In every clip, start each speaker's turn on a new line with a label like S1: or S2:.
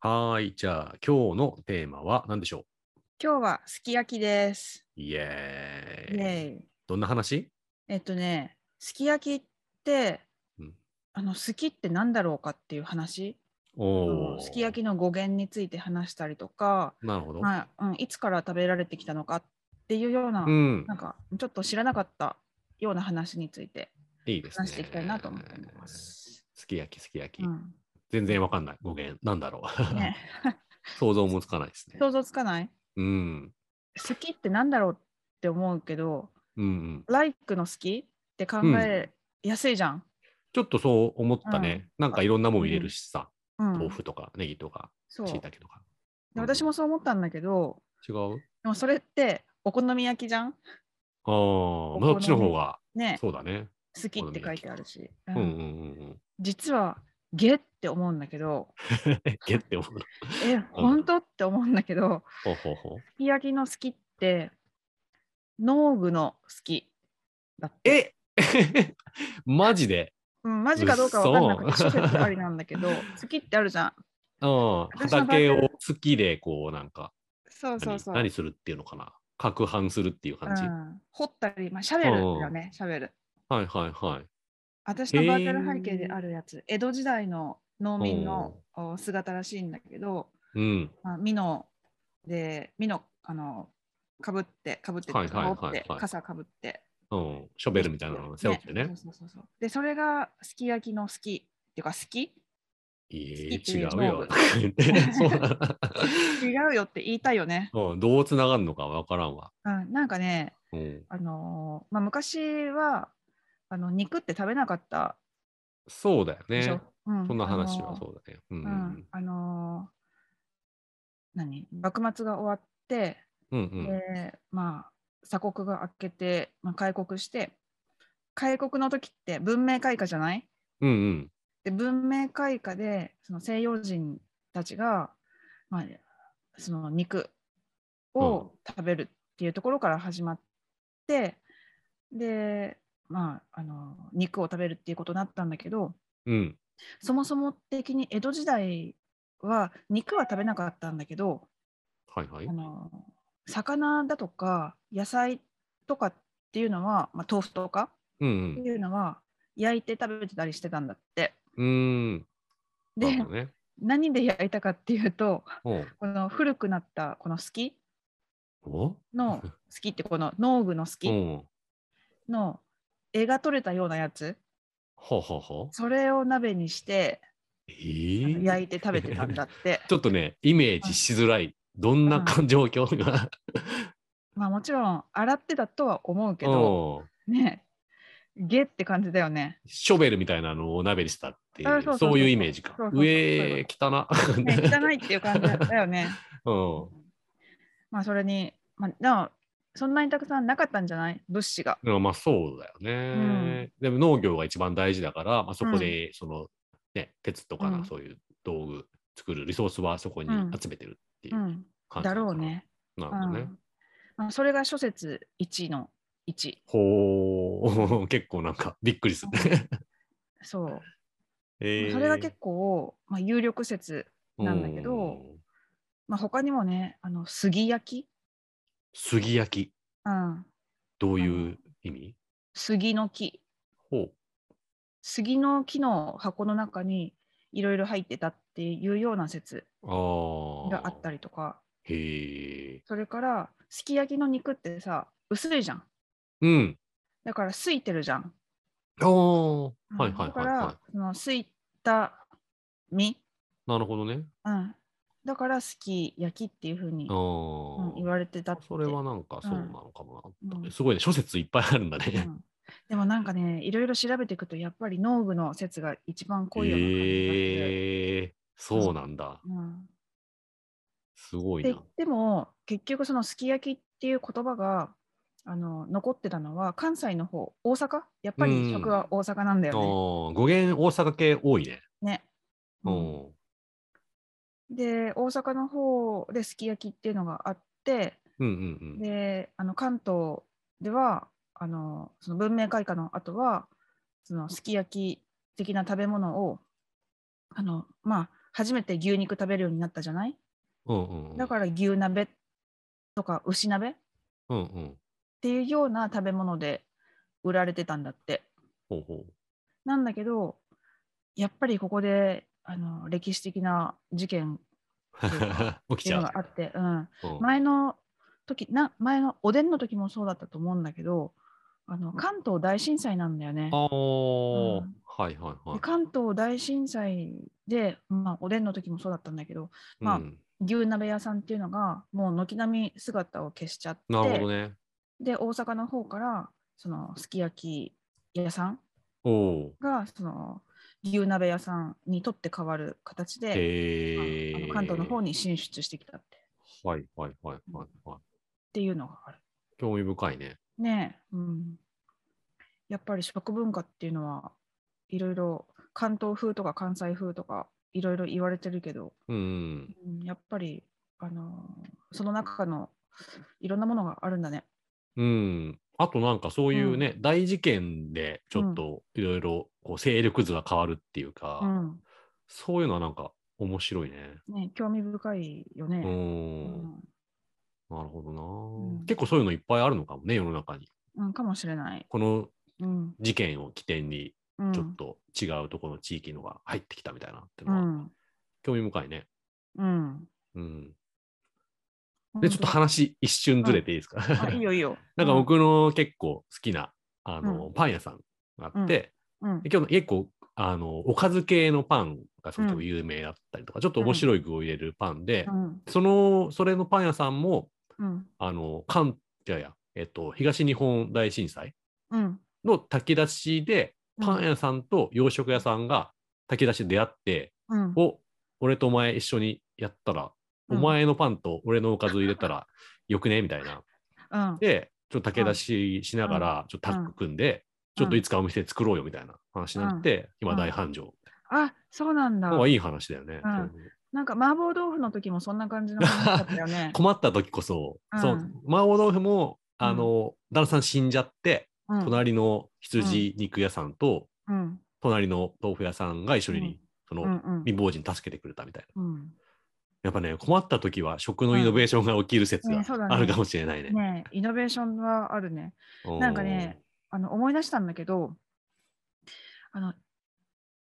S1: はい、じゃあ今日のテーマは何でしょ
S2: 今日はすき焼きです。
S1: うイエ
S2: イ
S1: ーイ
S2: エイ
S1: どんな話
S2: えっとね、すき焼きって、
S1: うん
S2: あの好きってなんだろうかっていう話、あ
S1: お
S2: の
S1: お。
S2: すき焼きの語源について話したりとか、
S1: き。なるほど。
S2: まあうん、いつから食べられてきたのかっていうような、
S1: うん
S2: な。んかちょっと知らなかったような話について
S1: いいですね。
S2: 話していきたいなと思ってま。す。
S1: すき焼き、すき焼き。
S2: うん
S1: 全然わかんない。語源。なんだろ う。
S2: ね、
S1: 想像もつかないですね。
S2: 想像つかない
S1: うん。
S2: 好きってなんだろうって思うけど、
S1: うんうん。
S2: ライクの好きって考えやすいじゃん。
S1: ちょっとそう思ったね。なんかいろんなもん入れるしさ。
S2: うん
S1: 豆腐とか、ネギとか、
S2: そう
S1: 椎茸とか。
S2: で私もそう思ったんだけど、
S1: 違う
S2: でもそれってお好み焼きじゃん
S1: ああ、まあ
S2: 好み
S1: そっちの方が、
S2: ね
S1: そうだね。
S2: 好きって書いてあるし、
S1: うん
S2: う
S1: うんんうん
S2: 実はゲって思うんだけど
S1: うん。 ゲって思うの。
S2: え本当って思うんだけど
S1: ほうほうほう。
S2: すき焼きの好きって農具の好きだって
S1: え マジで
S2: うん、マジかどうかわかんなくて
S1: 嘘
S2: 諸説ありなんだけ ど好きってあるじゃん
S1: うん、
S2: 私の場合
S1: 畑を好きで、こう、なんか
S2: そう
S1: 何
S2: そうそう
S1: 何するっていうのかな。攪拌するっていう感じ。
S2: うん、掘ったり、まあ、シャベルだよねシャベル
S1: はいはいはい。
S2: 私のバーチャル背景であるやつ江戸時代の農民のお姿らしいんだけど、
S1: うん。
S2: まあ、ミノで、ミノ、あの、かぶって、かぶって、
S1: はいはいはいはい
S2: 羽織って傘かぶって。
S1: うん。ショベルみたいなのを背負ってね。
S2: そうそうそうそうで、それがすき焼きの好きっていうか、好き
S1: いえ
S2: 好きってい
S1: 違
S2: う
S1: うよ
S2: 勝。
S1: そうな
S2: 違うよって言いたいよね。
S1: のうん。どうつながるのかわからんわ。
S2: うん、なんかね、
S1: うん。
S2: あのーまあ、昔はあの肉って食べなかった
S1: そうだよ
S2: でしょ。
S1: ね。
S2: うん、
S1: そんな話
S2: あ
S1: は
S2: のー
S1: そうだね。う
S2: うんん。あのー何幕末が終わって、
S1: うんうん。
S2: でまあ鎖国が明けて、まあ、開国して開国の時って文明開化じゃない
S1: うんうん。
S2: で文明開化でその西洋人たちが、まあ、その肉を食べるっていうところから始まって、でまああの肉を食べるっていうことになったんだけど
S1: うん。
S2: そもそも的に江戸時代は肉は食べなかったんだけど
S1: はいはい
S2: あ。の魚だとか野菜とかっていうのは、まあ、豆腐とか
S1: う
S2: って
S1: ん
S2: いうのは焼いて食べてたりしてたんだって。
S1: うん。うん。な
S2: で
S1: るほどね。
S2: 何で焼いたかっていうと
S1: うん
S2: この古くなったこの好き
S1: お
S2: の好きってこの農具の好
S1: う
S2: き
S1: ん。
S2: の絵が取れたようなやつ
S1: ほうほうほう。
S2: それを鍋にして
S1: え
S2: あの
S1: ー
S2: 焼いて食べてたんだって。
S1: ちょっとね、イメージしづらい。どんな感状況が。
S2: まあもちろん洗ってたとは思うけど
S1: うん
S2: ねゲって感じだよね。
S1: ショベルみたいなのをお鍋にしたってい
S2: あそう
S1: う、
S2: そうそう
S1: そういうイメージか
S2: そう。そうそう
S1: 上、汚な。
S2: ね、汚いっていう感じだよね。
S1: うん
S2: まあそれに、まあ、でもそんなにたくさんなかったんじゃない物資が。
S1: でもまあそうだよね。でも農業が一番大事だから、まあ、そこでその、ね、鉄とか
S2: う
S1: なんそういう道具作るリソースはそこに
S2: うん、
S1: 集めてるっていううん感じ
S2: だ
S1: なのか
S2: ろう
S1: な。
S2: ね。
S1: な
S2: う
S1: るほどね。
S2: んまあ、それが諸説1の1。
S1: ほう、 結構なんかびっくりするね。
S2: そう。まあ
S1: えー
S2: それが結構、まあ、有力説。なんだけど
S1: うん
S2: まあ、他にもね、あの杉焼き、
S1: 杉焼き、
S2: うん、
S1: どういう意味
S2: 杉の木、
S1: ほう。
S2: 杉の木の箱の中にいろいろ入ってたっていうような説
S1: ああ。
S2: があったりとか、
S1: へえ。
S2: それからすき焼きの肉ってさ、薄いじゃん。
S1: うん。
S2: だから、すいてるじゃん。
S1: ああ。は
S2: うん
S1: いはい
S2: だか
S1: はい
S2: ら
S1: は
S2: そのすいた身、
S1: い。なるほどね。
S2: うん、だからすき焼きっていうふうに、
S1: あ
S2: うん言
S1: あ。
S2: われてたって
S1: それはなんかそうなのかもな、
S2: うん
S1: すごいね、諸説いっぱいあるんだ
S2: う
S1: ね。
S2: んでもなんかねいろいろ調べていくとやっぱり農具の説が一番濃いような感じがして、
S1: ええそうなんだ。
S2: うん、
S1: すごい
S2: で
S1: な。
S2: でも結局そのすき焼きっていう言葉があの残ってたのは関西の方大阪やっぱ
S1: うん
S2: り食は大阪なんだ
S1: ああ
S2: よ
S1: 語源大阪系多いね。
S2: ね。
S1: う
S2: ね
S1: ん。
S2: うん、で大阪の方ですき焼きっていうのがあって
S1: うんうん
S2: であの関東ではあのその文明開化の後はそのすき焼き的な食べ物をあのまあ初めて牛肉食べるようになったじゃない
S1: うんうんうん。
S2: だから牛鍋とか牛鍋っ
S1: ら。うんうん。
S2: ていうような食べ物で売られてたんだって。
S1: ほうほ
S2: なんだけどやっぱりここであの歴史的な事件
S1: う。 起
S2: っ
S1: き
S2: てい
S1: ち
S2: う
S1: ゃ
S2: の
S1: う
S2: が。あって、うん、
S1: うん
S2: 前の時な前のおでんの時もそうだったと思うんだけどあの関東大震災なんだよね。
S1: ああ、
S2: うん
S1: はいはいは
S2: で
S1: い。
S2: 関東大震災で、まあ、おでんの時もそうだったんだけどまあ
S1: うん
S2: 牛鍋屋さんっていうのがもう軒並み姿を消しちゃって
S1: なるほどね。
S2: で大阪の方からそのすき焼き屋さん
S1: おお。
S2: がその牛鍋屋さんにとって変わる形で、
S1: へえ
S2: あの関東の方に進出してきたってっ
S1: はいはいはいはいはい。
S2: ていうのがある。
S1: 興味深いね。
S2: ねえ、うん、やっぱり食文化っていうのはいろいろ関東風とか関西風とかいろいろ言われてるけど、
S1: うん。
S2: うん、やっぱり、あのーその中のいろんなものがあるんだね。
S1: うん。あとなんかそういうね、大事件でちょっといろいろこう勢力図が変わるっていうか、
S2: うん
S1: そういうのはなんか面白いね。
S2: ねえ興味深いよ
S1: う。
S2: ね。うんん
S1: なるほどな、
S2: ん
S1: 結構そういうのいっぱいあるのかもね、世の中に。
S2: うん、かもしれない。
S1: この
S2: うん
S1: 事件を起点に、
S2: うん、
S1: ちょっと違うところの地域のが入ってきたみたいなって
S2: う
S1: のは、
S2: ん、
S1: 興味深いね。
S2: うん。
S1: うん。
S2: 本当
S1: で、ちょっと話一瞬ずれていいですか、
S2: あいいよいいよ。
S1: なんか僕の結構好きな、あの、
S2: う
S1: パン屋さんがあって、
S2: うん、うん
S1: で今日の結構、あの、おかず系のパンがすご
S2: う
S1: く
S2: ん
S1: 有名だったりとか、ちょっと面白い具を入れるパンで、
S2: うん
S1: その、それのパン屋さんも、
S2: うん
S1: あの、関、いやいや、えっと、東日本大震災
S2: うん
S1: の炊き出しで、
S2: うん
S1: パン屋さんと洋食屋さんが炊き出しで出会って、
S2: うん
S1: お、俺とお前一緒にやったら、
S2: うん
S1: お前のパンと俺のおかず入れたらよくねみたいな。
S2: うん
S1: で、ちょっと竹出ししながら、ちょっとタッグ組んで、
S2: うん
S1: ちょっといつかお店作ろうよみたいな話になって、今大繁盛。
S2: あそうなんだ
S1: まあいい話だよね。
S2: うん
S1: そう。
S2: なんか麻婆豆腐の時もそんな感じの話だったよね
S1: 困った時 こそ、
S2: うん
S1: そう麻婆豆腐も、あの、旦那さん死んじゃって、
S2: うん
S1: 隣の羊肉屋さんと、
S2: うん
S1: 隣の豆腐屋さんが一緒に、そ
S2: うん
S1: の、
S2: うん
S1: 貧乏人助けてくれたみたいな。
S2: うん
S1: やっぱね、困った時は食のイノベーションが起きる説
S2: うん
S1: が
S2: ねそうだね
S1: あるかもしれないね。
S2: ねえイノベーションはあるね。なんかねあの思い出したんだけどあの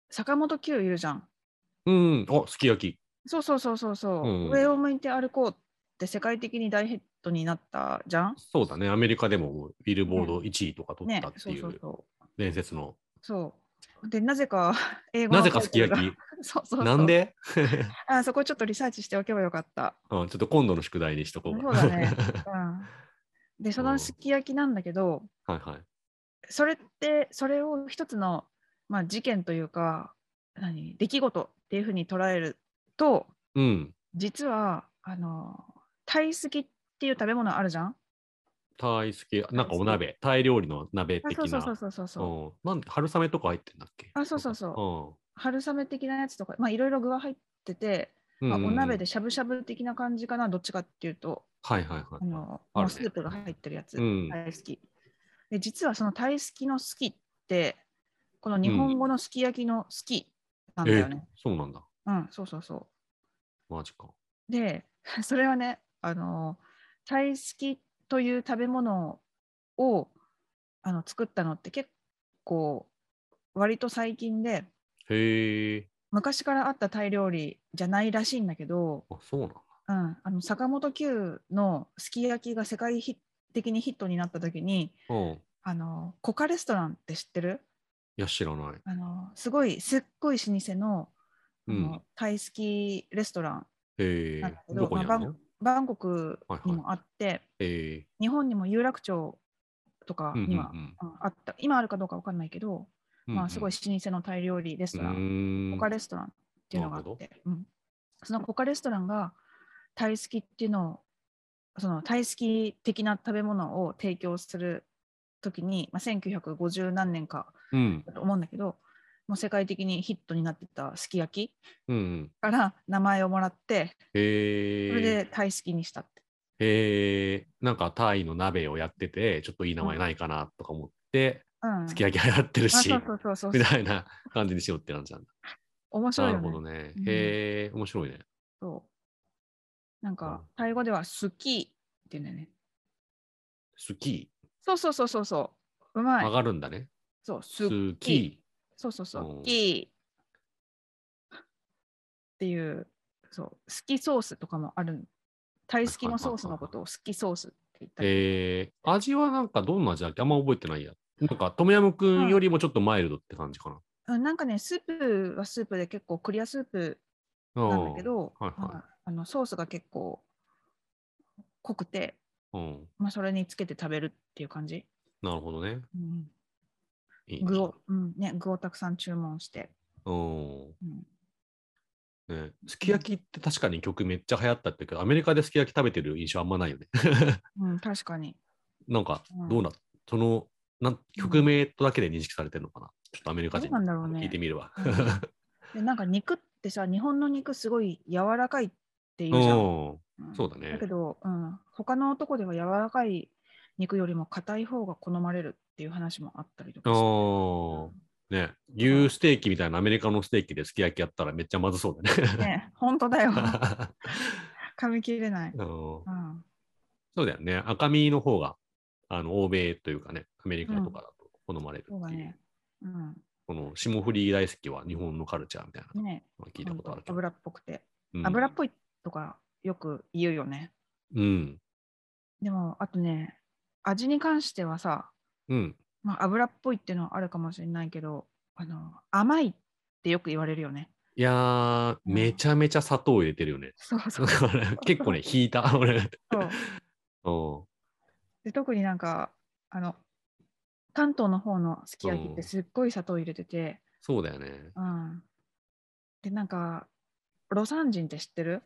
S2: 坂本九いるじゃん。
S1: うん。うん、お、すき焼き。
S2: そうそうそうそうそう、
S1: うん
S2: 上を向いて歩こうって世界的に大ヒットになったじゃん。
S1: そうだね、アメリカでももうビルボード1位とか取っ
S2: ね
S1: たって
S2: そう
S1: い
S2: そう
S1: う
S2: そ
S1: 伝説の、
S2: う。そうでなぜか英語
S1: な
S2: の
S1: ぜかすき焼
S2: タイトル
S1: き、
S2: が そうそうそう
S1: なんで
S2: あそこちょっとリサーチしておけばよかった。
S1: うん、ちょっと今度の宿題にしとこうか。
S2: そうだねうんでそのすき焼きなんだけど
S1: はいはい。
S2: それってそれを一つの、まあ、事件というか何出来事っていうふうに捉えると
S1: うん、
S2: 実はあのタイすきっていう食べ物あるじゃん
S1: タイすき、なんかお鍋、タイ料理の鍋
S2: あ
S1: 的
S2: そうそうそう
S1: な。
S2: そうそう
S1: うん、
S2: そう
S1: なんで春雨とか入ってんだっけ
S2: あそうそうそ春雨的なやつとかまあいろいろ具が入ってて、
S1: うん。
S2: まあ
S1: うんうん
S2: お鍋でしゃぶしゃぶ的な感じかなどっちかっていうと
S1: はいはいはい。
S2: あの
S1: あるね
S2: もうスープが入ってるやつ、
S1: うん、
S2: タイ好き。で、実はそのタイ好きの好きって、この日本語のすき焼きの好きなんだよね。
S1: そうなんだ。
S2: うん、そうそうそ
S1: マジか。
S2: う。で、 それはね、あの、タイ好きという食べ物をあの作ったのって結構、割と最近で、
S1: へえ。
S2: 昔からあったタイ料理じゃないらしいんだけど、
S1: あ、そうなんだ。
S2: うん、あの坂本九のすき焼きが世界ひ的にヒットになった時に、
S1: うん。い
S2: あのコカレストランって知ってる
S1: や、知らない。
S2: あのすごいすっごい老舗の,、
S1: う
S2: あ
S1: ん
S2: の。タイ式レストラン
S1: へえ
S2: なんだ。けど
S1: どこにある
S2: まあ
S1: の
S2: バンコクにもあって、
S1: へえ。
S2: 日本にも有楽町とか
S1: うんうん
S2: には、うんあった今あるかどうかわかんないけど、
S1: うん
S2: まあ、すごい老舗のタイ料理レストラ
S1: う
S2: ン、
S1: ん
S2: コカレストランっていうのがあ
S1: なる
S2: っ
S1: ほど
S2: て、うんそのコカレストランがタイ式っていうのをそのタイ式的な食べ物を提供する時に、まあ、1950何年か
S1: うん。
S2: だと思うんだけどもう世界的にヒットになってたすき焼き
S1: うんうん。
S2: から名前をもらって
S1: へえ。
S2: それでタイ好きにしたって、
S1: えー、なんかタイの鍋をやってて、ちょっといい名前ないかなとか思って、
S2: うん、
S1: すき焼き流行ってるし
S2: あ、そうそうそうそう
S1: みたいな感じにしようってなっちゃうんだ。
S2: 面白
S1: ないる
S2: よ
S1: ほど
S2: ね。
S1: ね
S2: うん。
S1: へえ、面白いね。
S2: そうな
S1: う
S2: ん
S1: ん
S2: か、タイ語ではスキーっていうんだよね。
S1: スキ
S2: そうそうそうそうそう。う
S1: ー、
S2: ま
S1: 曲
S2: い。
S1: がるんだね。
S2: そう、ス
S1: スキ
S2: そうそうそうう。
S1: ん
S2: キーっていう、そう、好きソースとかもあるの。タイ好きのソースのことを好きソースって言っ
S1: ー。
S2: たり。
S1: えー、味はなんかどんな味だっけあんま覚えてないや。なんか、トムヤムくんよりもちょっとマイルドって感じかな。
S2: うんなんかね、スープはスープで結構クリアスープ
S1: うん
S2: なんだけ。ど、
S1: うんはいはい
S2: まああのソースが結構濃くて、
S1: うん。
S2: まあ、それにつけて食べるっていう感じ。
S1: なるほどね。
S2: うん
S1: いいね
S2: 具を、うんね、具をたくさん注文して。
S1: うん。
S2: うん
S1: ね、すき焼きって確かに曲めっちゃ流行ったっていうか、アメリカですき焼き食べてる印象あんまないよね。
S2: うん、確かに。
S1: なんか
S2: うん、
S1: どうな、その、なん曲名とだけで認識されてるのかな。ちょっとアメリカ人
S2: どうなんだろうね
S1: 聞いてみるわ。
S2: でなんか肉ってさ、日本の肉すごい柔らかいっていう
S1: う
S2: じゃん。
S1: ん。
S2: ん
S1: そうだね
S2: だけど、うん、他の男では柔らかい肉よりも硬い方が好まれるっていう話もあったりとかして。
S1: ああ。ね、牛ステーキみたいなアメリカのステーキですき焼きやったらめっちゃまずそうだね。
S2: ね、本当 だよ。噛み切れない。
S1: うん
S2: うん、
S1: そうだよね。赤身の方が、あの、欧米というかね、アメリカとかだと好まれるってい
S2: そう
S1: う。
S2: だね。うん、
S1: この霜降り大好きは日本のカルチャーみたいな
S2: ね
S1: のは聞いたことあるけど。
S2: 油っぽくて、
S1: うん
S2: 油っぽいとかよく言うよね。
S1: うん。
S2: でも、あとね、味に関してはさ、
S1: うん。
S2: まあ、油っぽいっていうのはあるかもしれないけど、あの甘いってよく言われるよね。
S1: いやー、
S2: うん
S1: めちゃめちゃ砂糖入れてるよね。
S2: そうそう
S1: だから結構ね、引いた、 俺。う
S2: そう
S1: ん。
S2: で特になんかあの関東の方のすき焼きっ
S1: うん
S2: てすっごい砂糖入れてて、
S1: そうだよね。
S2: うん、でなんかロサン人って知ってる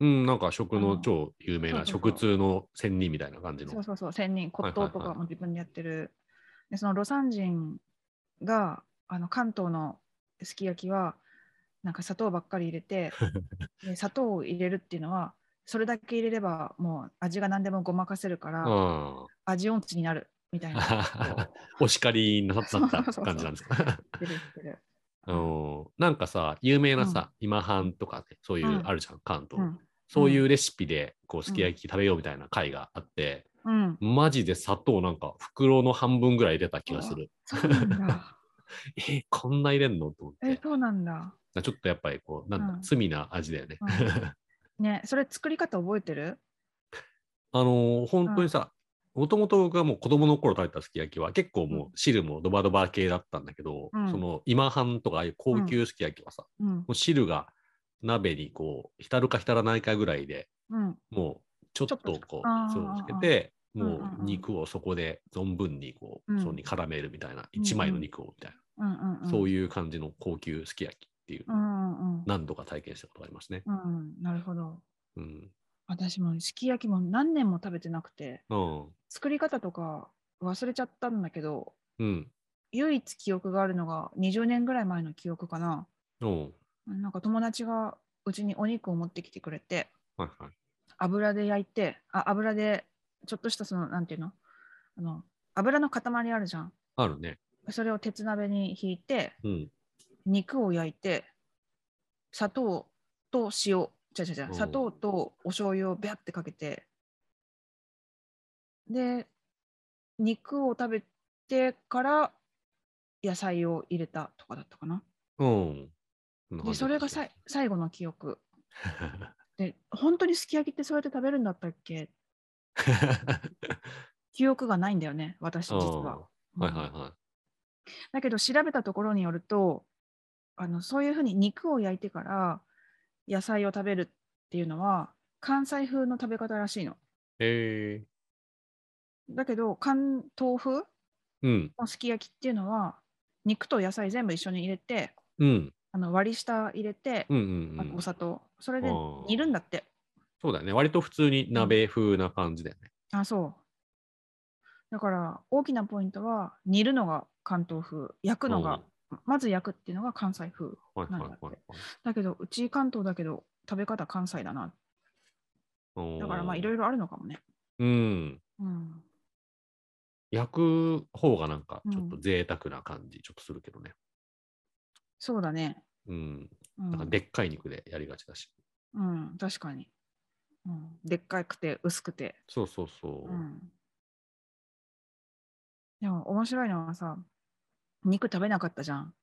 S1: うん、なんか食の超有名
S2: う
S1: なん
S2: そうそう
S1: 食通の仙人みたいな感じの。
S2: そうそうそう仙人
S1: はいは
S2: 骨
S1: いはい
S2: 董とかも自分でやってる、でそのロサン人があの関東のすき焼きはなんか砂糖ばっかり入れ てで砂糖を入れるっていうのはそれだけ入れればもう味が何でもごまかせるから
S1: あ
S2: 味音痴になるみた いな
S1: あお叱りなさった
S2: そうそうそう
S1: 感じなんですか。
S2: 出てきてる。
S1: うんなんかさ、有名なさ、今半とかね、そういううんあるじゃん、関
S2: う
S1: 東。
S2: ん
S1: そういうレシピで、こう、すき焼き食べようみたいな回があって、
S2: うん、
S1: マジで砂糖なんか袋の半分ぐらい入れた気がする。
S2: そうなんだ。
S1: え、こんな入れんのと思っ
S2: え
S1: て。
S2: そうなんだ。
S1: だからちょっとやっぱりこう、なんだ、
S2: うん
S1: 罪な味だよね。
S2: うんねそれ作り方覚えてる
S1: あのー本当にさ、もともと僕がもう子供の頃食べたすき焼きは結構もう汁もドバドバ系だったんだけど、
S2: うん
S1: その今半とかああいう高級すき焼きはさ、
S2: うん
S1: も。う汁が鍋にこう浸るか浸らないかぐらいで
S2: うん。
S1: もうちょっと
S2: ちょっと
S1: こ
S2: あ
S1: う
S2: ー
S1: そうつけて
S2: ん
S1: も
S2: うん
S1: う
S2: うん
S1: 肉をそこで存分にこう、
S2: うん
S1: そこに絡めるみたいな
S2: うん
S1: 一枚の肉をみたい
S2: うんうん
S1: な、そう
S2: い
S1: いう感じの高級すき焼きっていう、
S2: うんうんうん。
S1: 何度か体験したことがありますね。
S2: うん、なるほど。
S1: うん、
S2: 私もすき焼きも何年も食べてなくて、
S1: うん、
S2: 作り方とか忘れちゃったんだけど、
S1: うん、
S2: 唯一記憶があるのが20年ぐらい前の記憶かな。
S1: うん、
S2: なんか友達がうちにお肉を持ってきてくれて、
S1: はいはい。
S2: 油で焼いて、あ油でちょっとしたその、なんていうのあの油の塊あるじゃん。
S1: あるね。
S2: それを鉄鍋に引いて、
S1: うん、
S2: 肉を焼いて砂糖と塩違う違う違
S1: う
S2: うん砂糖とお醤油をビャってかけてで肉を食べてから野菜を入れたとかだったかな
S1: うん。こんな感
S2: で
S1: じ
S2: それ
S1: だ
S2: が
S1: った
S2: さい最後の記憶で本当にすき焼きってそうやって食べるんだったっけ記憶がないんだよね私実は、
S1: うんはいは
S2: うん
S1: いは
S2: だけど調べたところによるとあのそういうふうに肉を焼いてから野菜を食べるっていうのは関西風の食べ方らしいの。
S1: い。え
S2: だけど関東風
S1: ー、うん、
S2: のすき焼きっていうのは肉と野菜全部一緒に入れて
S1: うん、
S2: あの割り下入れて、
S1: うん、う
S2: あ
S1: ん、う
S2: と
S1: ん
S2: お。砂糖それで
S1: あー
S2: 煮るんだって。
S1: そうだよね。割と普通に鍋風な感じだよね。
S2: あそうだから大きなポイントは煮るのが関東風焼くのが、まず焼くっていうのが関西風
S1: うん。はいはい
S2: なん
S1: は
S2: だっ
S1: い
S2: てだけどうち関東だけど食べ方関西だな
S1: はい。
S2: だからまあいろ
S1: い
S2: いろあるのかもね。
S1: ろ。うん。
S2: うん、
S1: 焼く方がなんかちょっと贅沢な感じ、ちょっとするけどね。
S2: そうだね。
S1: うん。
S2: うん
S1: なんかでっかい肉でやりがちだし。
S2: うん、確かに、うん。でっかくて薄くて。
S1: そうそうそう。
S2: うん、でも面白いのはさ、肉食べなかったじゃん。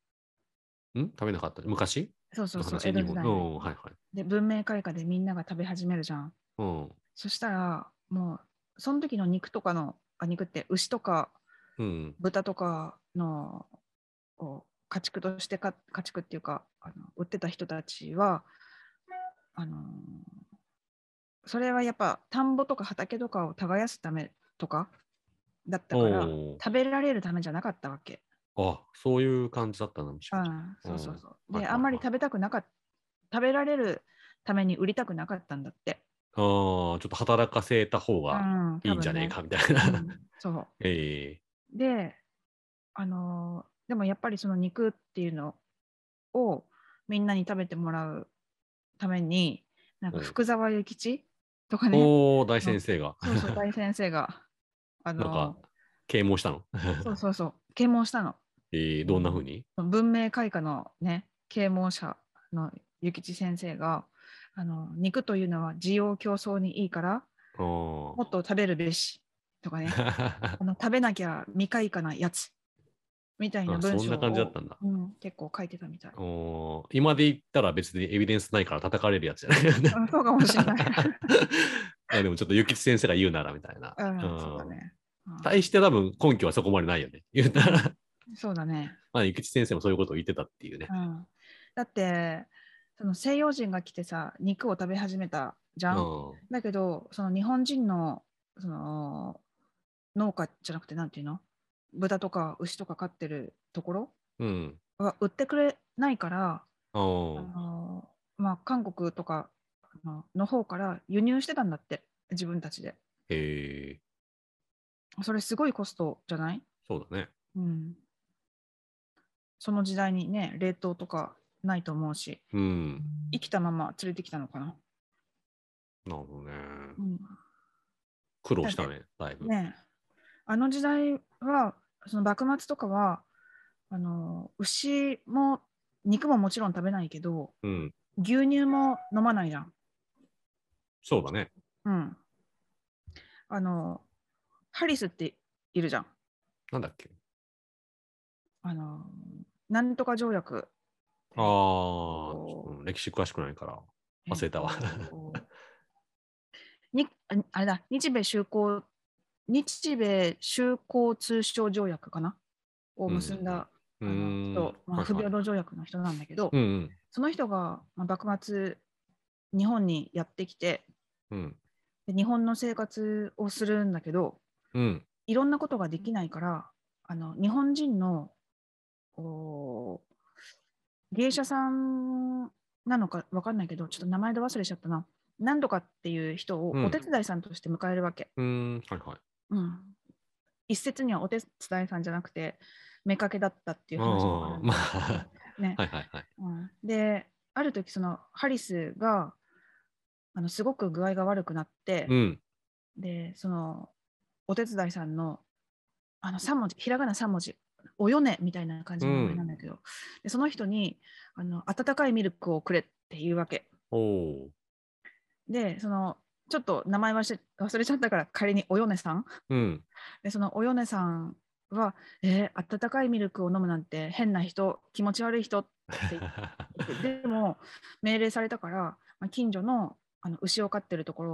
S1: ん食べなかった昔
S2: そうそうそう
S1: の、話
S2: 江戸
S1: 日
S2: 時
S1: 本
S2: 代
S1: うん、はいはい。
S2: で文明開化でみんなが食べ始めるじゃん。
S1: うん。
S2: そしたらもうその時の肉とかのあ肉って牛とか
S1: うん。
S2: 豚とかのこう家畜としてか家畜っていうかあの売ってた人たちはあのーそれはやっぱ田んぼとか畑とかを耕すためとかだったから
S1: おー
S2: 食べられるためじゃなかったわけ。
S1: あ、そういう感じだったな、むし
S2: う
S1: ろ。
S2: ん、そうそうそう。
S1: うん
S2: で、
S1: はいはいはい
S2: あんまり食べたくなかった食べられるために売りたくなかったんだって。
S1: ああ、ちょっと働かせた方
S2: う
S1: が
S2: ん
S1: いいんじゃねえ。か、みたい
S2: 多
S1: な。
S2: 分ねうんそう。
S1: ええ
S2: で、あのーでもやっぱりその肉っていうのをみんなに食べてもらうために、なんか
S1: うん
S2: 福沢諭吉とかね、
S1: おお、大先生が、
S2: そうそう大先 生が、あ
S1: なんか
S2: の
S1: 啓蒙したの。
S2: ーそうそうそう、啓蒙したの。
S1: ええどんなふうに
S2: 文明開化のね、啓蒙者の諭吉先生が、あの肉というのは需要競争にいいから、
S1: あ
S2: もっと食べるべしとかね、
S1: あ
S2: あの食べなきゃ未開化なやつみたいな
S1: あ
S2: 文章を
S1: そんな感じだったんだ
S2: うん、結構書いてたみたい。
S1: おお今で言ったら別にエビデンスないから叩かれるやつじゃない。
S2: うんそうかもしれない。
S1: あでもちょっと諭吉先生が言うならみたいな。
S2: うん、そうだね。うん
S1: 対して多分根拠はそこまでないよね。言うたら、
S2: そうだね、
S1: まあ、諭吉先生もそういうことを言ってたっていうね
S2: う。ん。だってその西洋人が来てさ肉を食べ始めたじゃん。
S1: うん
S2: だけどその日本人のその農家じゃなくてなんていうの豚とか牛とか飼ってるところ
S1: うん。
S2: は売ってくれないから、
S1: お
S2: あのまあ、韓国とかあのの方から輸入してたんだって自分たちで。
S1: へえ、
S2: それすごいコストじゃない
S1: そうだね。
S2: うん、その時代にね冷凍とかないと思うし
S1: うん。
S2: 生きたまま連れてきたのかな、
S1: なるほどね。
S2: うん
S1: 苦労したね、だいぶ。
S2: ねえあの時代はその幕末とかはあの牛も肉ももちろん食べないけど
S1: うん。
S2: 牛乳も飲まないじゃん、
S1: そうだね。
S2: うん、あのハリスっているじゃん
S1: なんだっけ。
S2: あのなんとか条約
S1: ああ、
S2: こう
S1: うん歴史詳しくないから。忘れたわ
S2: えっと。 にああれだ、日米修好、日米修好通商条約かなを結んだ、
S1: うー
S2: あ
S1: ん。
S2: の人、まあ、
S1: はい
S2: 不
S1: はい
S2: 平等条約の人なんだけど、
S1: うんうん。
S2: その人が、まあ、幕末、日本にやってきて
S1: うん。
S2: で、日本の生活をするんだけど、
S1: うん。
S2: いろんなことができないから、あの日本人のおー芸者さんなのかわかんないけど、ちょっと名前で忘れちゃったな。何度かっていう人を
S1: うん
S2: お手伝いさんとして迎えるわけ。
S1: うーん。はいはい。
S2: うん一説にはお手伝いさんじゃなくて、目かけだったっていう話もあるん
S1: ま
S2: だ
S1: あ、
S2: けどね
S1: はいはいはい。
S2: うんで、ある時そのハリスがあのすごく具合が悪くなって、
S1: うん。
S2: で、そのお手伝いさんのあの3文字、ひらがな3文字、およねみたいな感じの名前なんだけど、でその人にあの温かいミルクをくれっていうわけ。
S1: おお。
S2: で、そのちょっと名前忘れ忘れちゃったから仮におよねさん。
S1: うん。
S2: で、そのおよねさんは、えー、温かいミルクを飲むなんて変な人、気持ち悪い 人って言って、でも命令されたから、まあ、近所のあの牛を飼ってるところ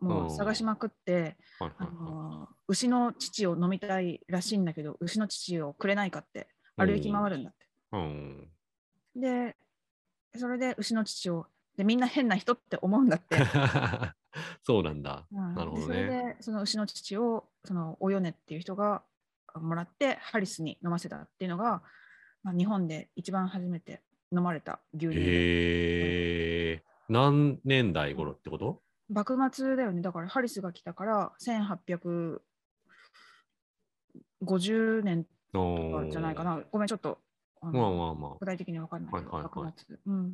S2: をもう探しまくって、
S1: はいはい
S2: あ
S1: は
S2: のー牛の乳を飲みたいらしいんだけど牛の乳をくれないかって
S1: おー
S2: 歩き回るんだって。
S1: い。うん。
S2: でそれで牛の乳をでみんな変な人って思うん だって。
S1: そうなんだ。
S2: うん
S1: なるほどね
S2: でそれでその牛の乳をそのおよねっていう人があもらってハリスに飲ませたっていうのが、まあ、日本で一番初めて飲まれた牛乳で、
S1: へえ。何年代頃ってこと
S2: 幕末だよねだからハリスが来たから1850年と
S1: お
S2: か
S1: ー
S2: じゃないか。なごめんちょっとあの
S1: まあまあまあ。
S2: 具体的に分かんないけど、
S1: はいはいはい
S2: 幕末うん、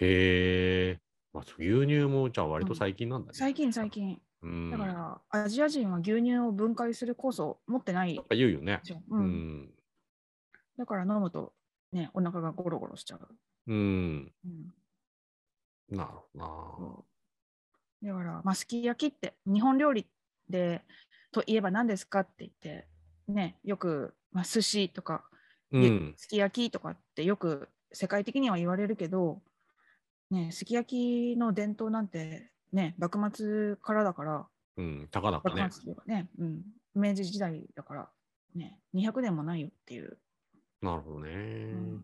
S1: へえ。まあ、牛乳もじゃあ割と最近なんだね。
S2: 最近最近、
S1: うん。
S2: だか
S1: や
S2: らアジア人は牛乳を分解する酵素を持ってないで
S1: っぱ言うよね。
S2: しょ、
S1: う
S2: うん
S1: ん。
S2: だから飲むとねお腹がゴロゴロしちゃう
S1: うん。
S2: うん
S1: なるほど
S2: だから、まあ、すき焼きって日本料理でといえば何ですかって言って、ね、よく、まあ、寿司とか
S1: な。うん。
S2: すき焼きとかってよく世界的には言われるけど、ね、すき焼きの伝統なんて、ね、幕末からだから
S1: うん。たかだかね
S2: 幕。末というかねうん、明治時代だから、ね、200年もないよっていう。
S1: なるほどね。
S2: うん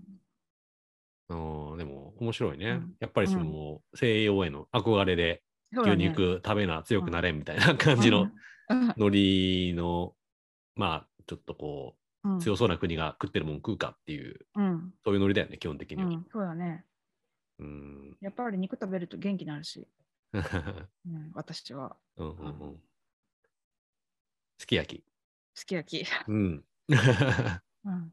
S1: あーでも面白いね、
S2: うん
S1: やっぱりその西洋への憧れで
S2: そうだ
S1: 牛
S2: ね
S1: 肉食べな強くなれみたいな感じの
S2: うん
S1: 海苔のまあちょっとこ
S2: うん
S1: う強そうな国が食ってるもん食うかっていう
S2: うん
S1: そういうノリだよね基本的
S2: う
S1: には。
S2: ん、そうだね。
S1: うん
S2: やっぱり肉食べると元気になるし、
S1: うん
S2: うん、私は
S1: うんうんすき焼き。
S2: すき焼き。
S1: うん。
S2: うん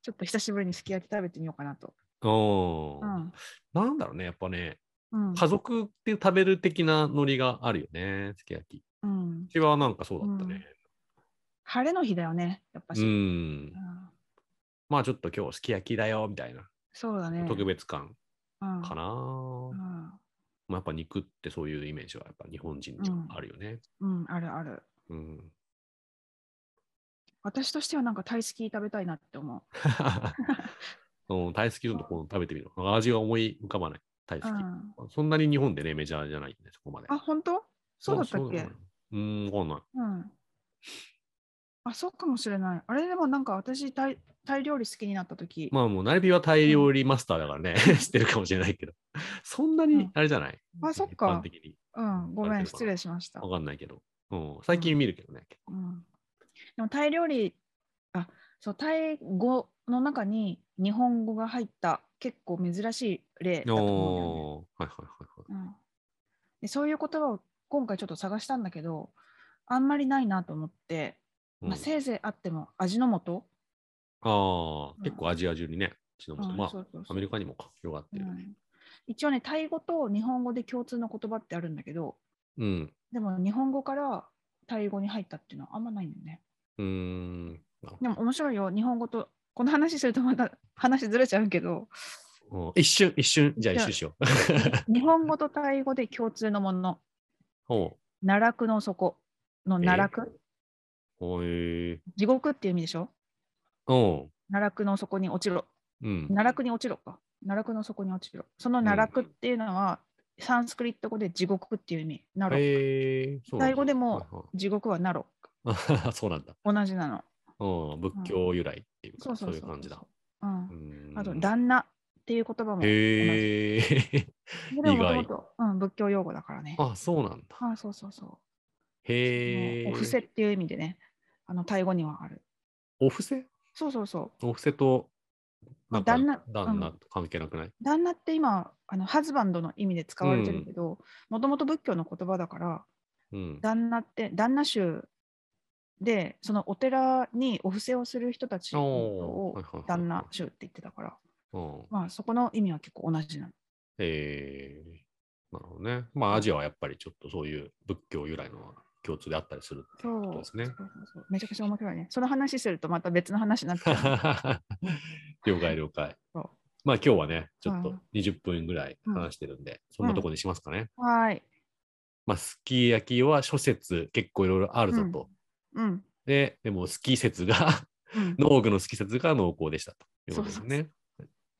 S2: ちょっと久しぶりにすき焼き食べてみようかなと。
S1: おー
S2: うん
S1: なんだろうねやっぱね
S2: うん
S1: 家族って食べる的なノリがあるよねすき焼き。
S2: うん
S1: う、ちはなんかそうだったね。
S2: 晴れの日だよね、やっぱし。
S1: うん
S2: うん
S1: まあちょっと今日すき焼きだよみたいな
S2: そうだね。
S1: 特別感
S2: うん
S1: かな、
S2: うん
S1: まあ、やっぱ肉ってそういうイメージはやっぱ日本人にはあるよね。
S2: うん、あるある。
S1: うん
S2: 私としてはなんかタイスキー食べたいなって思
S1: うん、大好きちょっとこう食べてみる。味は思い浮かばない。大
S2: う。う
S1: 好き。
S2: ん、
S1: そんなに日本でね、メジャーじゃないんで、そこまで。
S2: あ、本当そうだったっ
S1: そう
S2: け
S1: なのうん、わかんない。
S2: うん。あ、そうかもしれない。あれでもなんか私タイ、タイ料理好きになった時、
S1: まあもう、ナレビはタイ料理マスターだからね、 知ってるかもしれないけど。そんな
S2: う
S1: に
S2: ん、
S1: あれじゃない、
S2: あそっ
S1: 一
S2: か
S1: 般的に。
S2: うん、ご
S1: あ
S2: め
S1: れ
S2: ん、
S1: とか
S2: 失礼しました。
S1: わかんないけど。うん、最近見るけどね。
S2: うんでもタイ料理あそうタイ語の中に日本語が入った結構珍しい例だと思
S1: おーはいはいはいはい。
S2: うんだよね、うんで。そういう言葉を今回ちょっと探したんだけどあんまりないなと思って、
S1: うん
S2: まあ、せいぜいあっても味の素、
S1: あ
S2: う
S1: あ、
S2: ん
S1: 結構アジア中にね、ちの
S2: うん
S1: ま
S2: そ
S1: あ、
S2: うそうそ
S1: ア
S2: う
S1: メリカにもか広がってる
S2: う
S1: よね。
S2: ん一応ねタイ語と日本語で共通の言葉ってあるんだけど
S1: うん。
S2: でも日本語からタイ語に入ったっていうのはあんまないんだよね。
S1: うーん。なる
S2: でも面白いよ日本語とこの話するとまた 話ずれちゃう けど
S1: ほどうん一瞬、一瞬、じゃあ
S2: じ
S1: 一
S2: ゃあ
S1: 瞬しよう。
S2: 日本語とタイ語で共通のもの、
S1: ほ
S2: 奈落の底の
S1: う。
S2: 奈
S1: え
S2: 落、
S1: ーほえ
S2: 地獄っていう意味でしょ
S1: ー。
S2: 奈落の底に落ちろ、
S1: うん。うん。
S2: 奈落に落ちろか、奈落の底に落ちろ。その奈落っていうのは、サンスクリット語で地獄っていう意味、ナロック
S1: えー、そうなんだ
S2: タイ語でも。
S1: は
S2: 地獄はナロック
S1: いはい そうなんだ。
S2: 同じなの。
S1: うん。仏教由来っていう
S2: そ
S1: か、
S2: うそ
S1: そう
S2: そう
S1: ういう感じだ。
S2: うん
S1: う、ーん
S2: あと、旦那っていう言葉も同じ。
S1: へえー。
S2: これ
S1: 意外
S2: もともと、うん、仏教用語だからね。
S1: あ、そうなんだ。
S2: あそうそうそう。
S1: へえ。
S2: お布施っていう意味でね、あのタイ語にはある。
S1: お布施
S2: そうそうそう。
S1: お布施と、なんか
S2: 旦那
S1: 旦
S2: う
S1: 那
S2: ん
S1: と関係なくない
S2: 旦那って今あのハズバンドの意味で使われてるけどもともと仏教の言葉だから
S1: うん。
S2: 旦那って旦那宗でそのお寺にお布施をする人たちのこと
S1: おーは
S2: を
S1: いはいはい
S2: 旦那宗って言ってたから、
S1: うん。
S2: まあ、そこの意味は結構同じなの。
S1: えー、なるほどね。まあ、アジアはやっぱりちょっとそういう仏教由来のは共通であったりす るっていうことですね
S2: そう。そうそうめちゃくちゃ面白いね。その話するとまた別の話になっちゃう。
S1: 了解了解
S2: そう。
S1: まあ今日はね、ちょっ
S2: う
S1: と
S2: ん
S1: 20分ぐらい話してるんで、そんなとこにしますかね。
S2: はーい。
S1: まあ、すき焼きは諸説結構いろいろあるぞと。
S2: うん。
S1: で、でも好き説が、
S2: うん、
S1: 農具の好き説が濃厚でしたということです
S2: そうそ
S1: ね。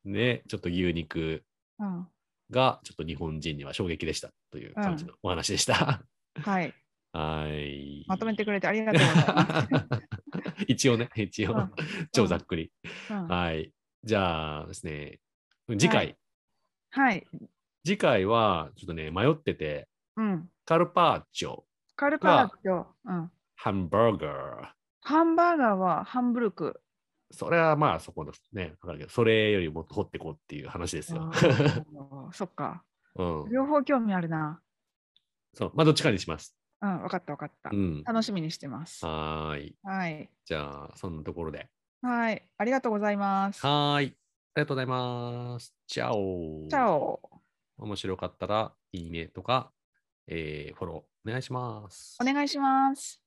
S1: で、ちょっと牛肉
S2: うん
S1: がちょっと日本人には衝撃でしたという感じのお話でした。
S2: はい。
S1: はい。
S2: まとめてくれてありがとうございま す。
S1: 一応ね、一応、
S2: うん
S1: 超ざっくり、
S2: う ん
S1: はい。じゃあですね、次回、
S2: はいはい。
S1: 次回はちょっとね、迷ってて、
S2: うん。
S1: カルパッチョ、
S2: カルパーチョ、うん。
S1: ハンバーガ
S2: ハンバーガーはハンブルク。
S1: ー、それはまあそこですね、わかるけど、それよりもっと掘ってこうっていう話ですよ
S2: あ。ーそっか。
S1: うん、
S2: 両方興味あるな。
S1: そう、まあどっちかにします。
S2: うん、分かった分かった
S1: う。ん。
S2: 楽しみにしてます。
S1: はーい。
S2: はい。
S1: じゃあ、そんなところで。
S2: はい。ありがとうございます。チ
S1: はーい。ありがとうございます。チャオ。
S2: ャ。オ。
S1: 面白かったら、いいねとか、えー、フォローお願いします
S2: お。願いします。